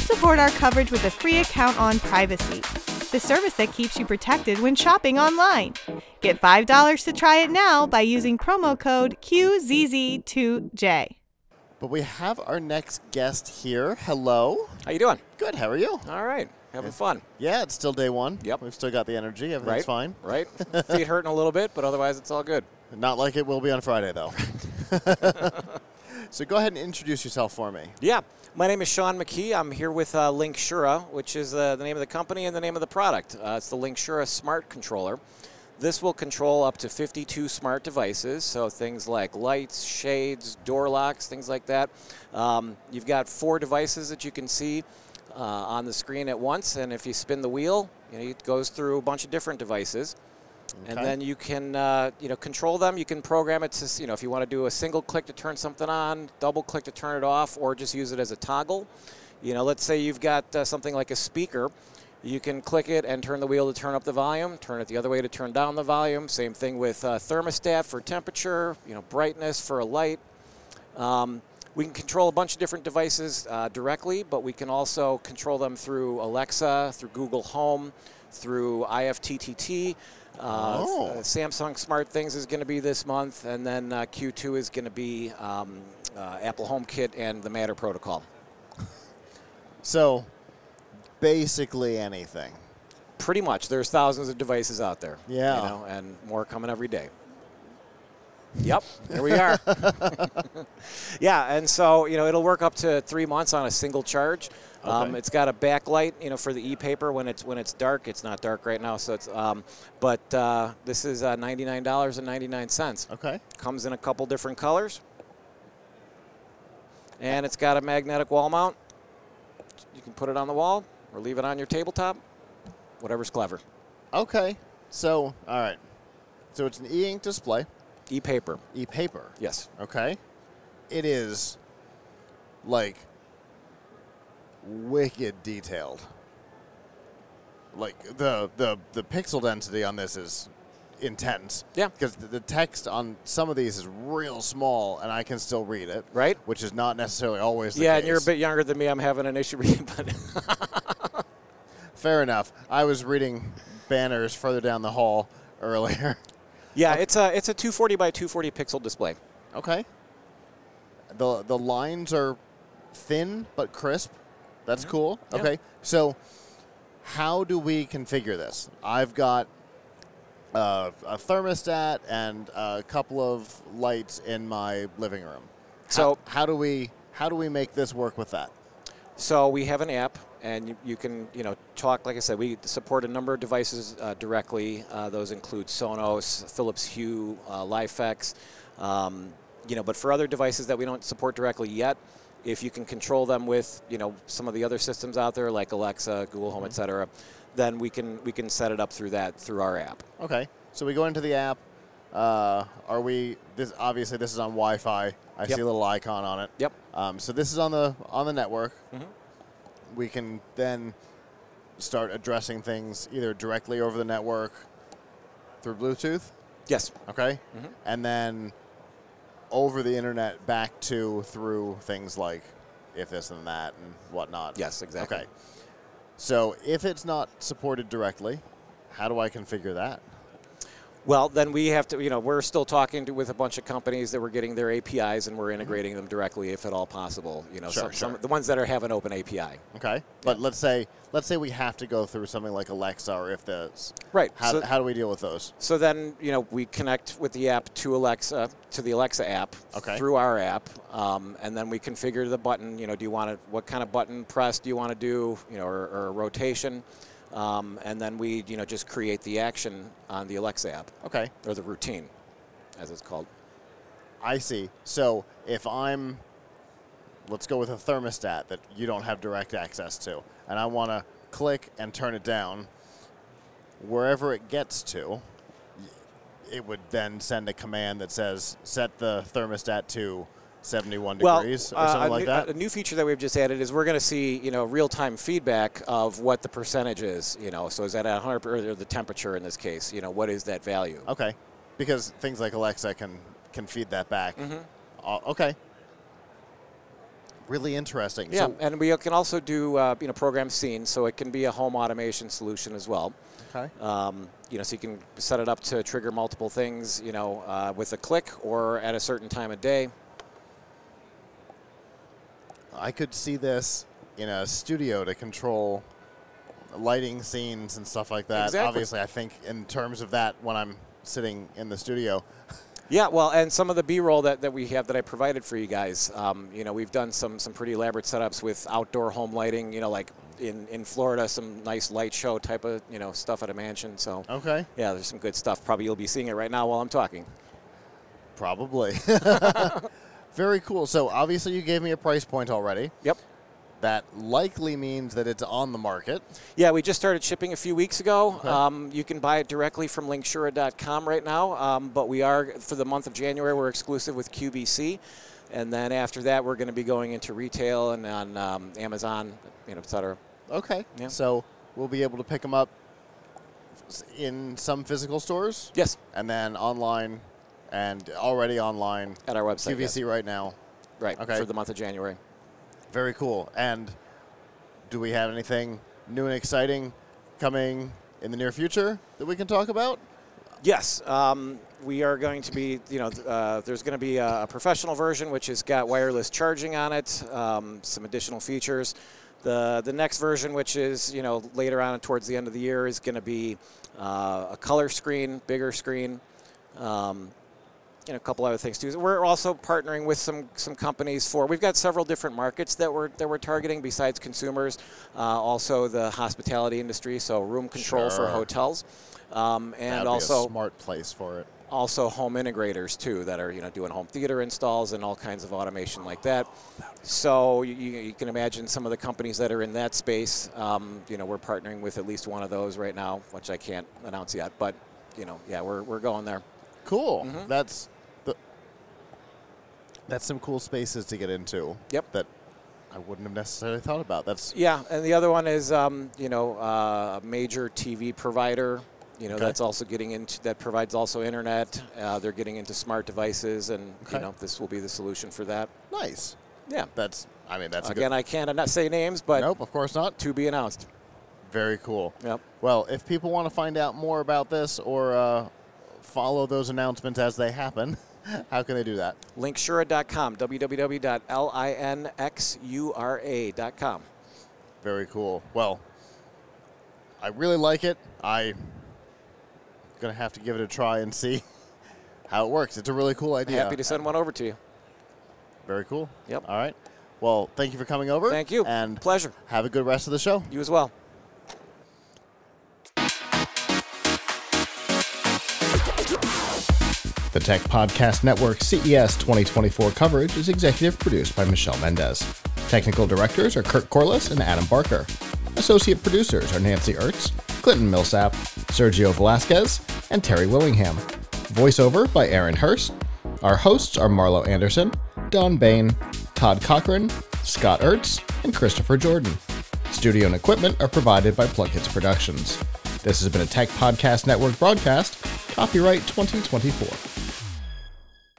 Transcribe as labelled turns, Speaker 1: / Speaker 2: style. Speaker 1: support our coverage with a free account on Privacy, the service that keeps you protected when shopping online. Get $5 to try it now by using promo code QZZ2J.
Speaker 2: But we have our next guest here. Hello.
Speaker 3: How you doing?
Speaker 2: Good. How are you?
Speaker 3: All right. Having fun.
Speaker 2: Yeah, it's still day one.
Speaker 3: Yep.
Speaker 2: We've still got the energy. Everything's
Speaker 3: Right.
Speaker 2: fine.
Speaker 3: Right. Feet hurting a little bit, but otherwise it's all good.
Speaker 2: Not like it will be on Friday, though. so go ahead and introduce yourself for me.
Speaker 3: Yeah. My name is Sean McKee. I'm here with uh, Link Shura, which is uh, the name of the company and the name of the product. Uh, it's the Link Shura Smart Controller. This will control up to 52 smart devices, so things like lights, shades, door locks, things like that. Um, you've got four devices that you can see uh, on the screen at once, and if you spin the wheel, you know, it goes through a bunch of different devices.
Speaker 2: Okay.
Speaker 3: And then you can, uh, you know, control them. You can program it to, s- you know, if you want to do a single click to turn something on, double click to turn it off, or just use it as a toggle. You know, let's say you've got uh, something like a speaker. You can click it and turn the wheel to turn up the volume, turn it the other way to turn down the volume. Same thing with uh, thermostat for temperature, you know, brightness for a light. Um, we can control a bunch of different devices uh, directly, but we can also control them through Alexa, through Google Home, through IFTTT. Uh,
Speaker 2: Oh.
Speaker 3: uh, Samsung Smart Things is going to be this month, and then uh, Q2 is going to be um, uh, Apple HomeKit and the Matter protocol.
Speaker 2: So basically anything.
Speaker 3: Pretty much, there's thousands of devices out there.
Speaker 2: Yeah.
Speaker 3: You know, and more coming every day. Yep, here we are. yeah, and so you know it'll work up to three months on a single charge. Um,
Speaker 2: Okay.
Speaker 3: it's got a backlight, you know, for the e-paper when it's when it's dark. It's not dark right now, so it's. Um, but uh, this is uh, ninety-nine dollars and ninety-nine cents.
Speaker 2: Okay.
Speaker 3: Comes in a couple different colors. And it's got a magnetic wall mount. You can put it on the wall or leave it on your tabletop. Whatever's clever.
Speaker 2: Okay. So, all right. So it's an e ink display,
Speaker 3: E paper.
Speaker 2: e paper.
Speaker 3: Yes.
Speaker 2: Okay. It is like wicked detailed. Like the the the pixel density on this is intense.
Speaker 3: Yeah.
Speaker 2: Because the, the text on some of these is real small, and I can still read it.
Speaker 3: Right.
Speaker 2: Which is not necessarily always the
Speaker 3: yeah,
Speaker 2: case.
Speaker 3: and you're a bit younger than me. I'm having an issue reading, but
Speaker 2: Fair enough. I was reading banners further down the hall earlier.
Speaker 3: yeah, it's a it's a 240 by 240 pixel display.
Speaker 2: Okay. The the lines are thin but crisp. That's cool.
Speaker 3: Mm-hmm. Yeah.
Speaker 2: Okay. So how do we configure this? I've got uh, a thermostat and a couple of lights in my living room.
Speaker 3: So-
Speaker 2: how, how do we how do we make this work with that?
Speaker 3: So we have an app, and you, you can you know talk. Like I said, we support a number of devices uh, directly. Uh, those include Sonos, Philips Hue, uh, Lifex. Um, you know, but for other devices that we don't support directly yet, if you can control them with you know some of the other systems out there like Alexa, Google Home, et cetera, then we can we can set it up through that through our app.
Speaker 2: Okay. So we go into the app. Uh, are we this obviously this is on Wi-Fi. I see a little icon on it.
Speaker 3: Yep.
Speaker 2: Um, so this is on the on the network.
Speaker 3: Mm-hmm.
Speaker 2: We can then start addressing things either directly over the network through Bluetooth,
Speaker 3: Yes.
Speaker 2: okay,
Speaker 3: Mm-hmm.
Speaker 2: and then over the internet back to through things like if this and that and whatnot.
Speaker 3: Yes, exactly.
Speaker 2: Okay. So if it's not supported directly, how do I configure that?
Speaker 3: Well, then we have to, you know, we're still talking to, with a bunch of companies that we're getting their APIs and we're integrating them directly if at all possible. You know,
Speaker 2: Mm-hmm. Sure,
Speaker 3: some, some
Speaker 2: sure.
Speaker 3: the ones that are have an open API.
Speaker 2: Okay, but let's say let's say we have to go through something like Alexa or if this.
Speaker 3: Right,
Speaker 2: How,
Speaker 3: so-
Speaker 2: how do we deal with those?
Speaker 3: So then, you know, we connect with the app to Alexa, to the Alexa app
Speaker 2: Okay.
Speaker 3: through our app, um, and then we configure the button. You know, do you want to, what kind of button press do you want to do, you know, or, or a rotation, um, and then we, you know, just create the action on the Alexa app
Speaker 2: Okay.
Speaker 3: or the routine, as it's called.
Speaker 2: I see. So if I'm, let's go with a thermostat that you don't have direct access to, and I want to click and turn it down, wherever it gets to, y- it would then send a command that says set the thermostat to 71 degrees or
Speaker 3: uh,
Speaker 2: something
Speaker 3: a
Speaker 2: like
Speaker 3: new,
Speaker 2: that.
Speaker 3: A new feature that we've just added is we're going to see you know real time feedback of what the percentage is. You know, so is that at 100 per- or the temperature in this case? You know, what is that value?
Speaker 2: okay, because
Speaker 3: Mm-hmm.
Speaker 2: things like Alexa can can feed that back. O- okay, Uh, Really interesting.
Speaker 3: Yeah,
Speaker 2: So,
Speaker 3: and we can also do uh, you know program scenes, so it can be a home automation solution as well.
Speaker 2: okay.
Speaker 3: Um, you know, so you can set it up to trigger multiple things, you know, uh, with a click or at a certain time of day.
Speaker 2: I could see this in a studio to control lighting scenes and stuff like that.
Speaker 3: Exactly.
Speaker 2: Obviously, I think in terms of that, when I'm sitting in the studio,
Speaker 3: Yeah, well, and some of the B-roll that, that we have that I provided for you guys, um, you know, we've done some some pretty elaborate setups with outdoor home lighting, you know, like in, in Florida, some nice light show type of you know stuff at a mansion. So
Speaker 2: okay,
Speaker 3: yeah, there's some good stuff. Probably you'll be seeing it right now while I'm talking.
Speaker 2: probably. Very cool. So obviously, you gave me a price point already.
Speaker 3: Yep.
Speaker 2: That likely means that it's on the market.
Speaker 3: Yeah, we just started shipping a few weeks ago. Um, you can buy it directly from linkshura.com right now, um, but we are, for the month of January, we're exclusive with QVC. And then after that, we're going to be going into retail and on um, Amazon, you know, et cetera.
Speaker 2: Okay.
Speaker 3: Yeah.
Speaker 2: So we'll be able to pick them up s- in some physical stores
Speaker 3: Yes,
Speaker 2: and then online and already online.
Speaker 3: at our website. yes.
Speaker 2: QVC right now.
Speaker 3: Right,
Speaker 2: Okay.
Speaker 3: for the month of January.
Speaker 2: Very cool. And do we have anything new and exciting coming in the near future that we can talk about?
Speaker 3: Yes, um, we are going to be, you know, th- uh, there's going to be a, a professional version which has got wireless charging on it, um, some additional features. The, the next version, which is you know later on towards the end of the year, is going to be uh, a color screen, bigger screen, um, and a couple other things too. We're also partnering with some some companies for. We've got several different markets that we're that we're targeting besides consumers, uh, also the hospitality industry, so room control
Speaker 2: Sure.
Speaker 3: for hotels, um, and
Speaker 2: That'd be
Speaker 3: also
Speaker 2: a smart place for it.
Speaker 3: also home integrators too that are you know doing home theater installs and all kinds of automation like that. So you, you you can imagine some of the companies that are in that space. Um, you know, we're partnering with at least one of those right now, which I can't announce yet. But you know, yeah, we're we're going there.
Speaker 2: Cool.
Speaker 3: Mm-hmm.
Speaker 2: That's the, that's some cool spaces to get into.
Speaker 3: Yep.
Speaker 2: That I wouldn't have necessarily thought about. That's
Speaker 3: Yeah, and the other one is um, you know uh, a major TV provider. You know,
Speaker 2: Okay.
Speaker 3: that's also getting into that provides also internet. Uh, they're getting into smart devices, and
Speaker 2: Okay.
Speaker 3: you know this will be the solution for that.
Speaker 2: nice.
Speaker 3: Yeah.
Speaker 2: That's I mean that's
Speaker 3: Again,
Speaker 2: a
Speaker 3: I can't anno- say names, but
Speaker 2: good, Nope, of course not.
Speaker 3: to be announced.
Speaker 2: Very cool.
Speaker 3: Yep.
Speaker 2: Well, if people want to find out more about this or uh, follow those announcements as they happen, how can they do that?
Speaker 3: Linkshura.com, www.linxura.com.
Speaker 2: Very cool. Well, I really like it. I'm going to have to give it a try and see how it works. It's a really cool idea.
Speaker 3: Happy to send one over to you.
Speaker 2: Very cool.
Speaker 3: Yep.
Speaker 2: All right. Well, thank you for coming over.
Speaker 3: Thank you.
Speaker 2: And
Speaker 3: Pleasure.
Speaker 2: have a good rest of the show.
Speaker 3: You as well.
Speaker 2: The Tech Podcast Network E CES 2024 coverage is executive produced by Michelle Mendez. Technical directors are Kurt Corliss and Adam Barker. Associate producers are Nancy Ertz, Clinton Millsap, Sergio Velasquez, and Terry Willingham. Voiceover by Aaron Hurst. Our hosts are Marlo Anderson, Don Bain, Todd Cochran, Scott Ertz, and Christopher Jordan. Studio and equipment are provided by Plug Hits Productions. This has been a Tech Podcast Network broadcast, copyright 2024.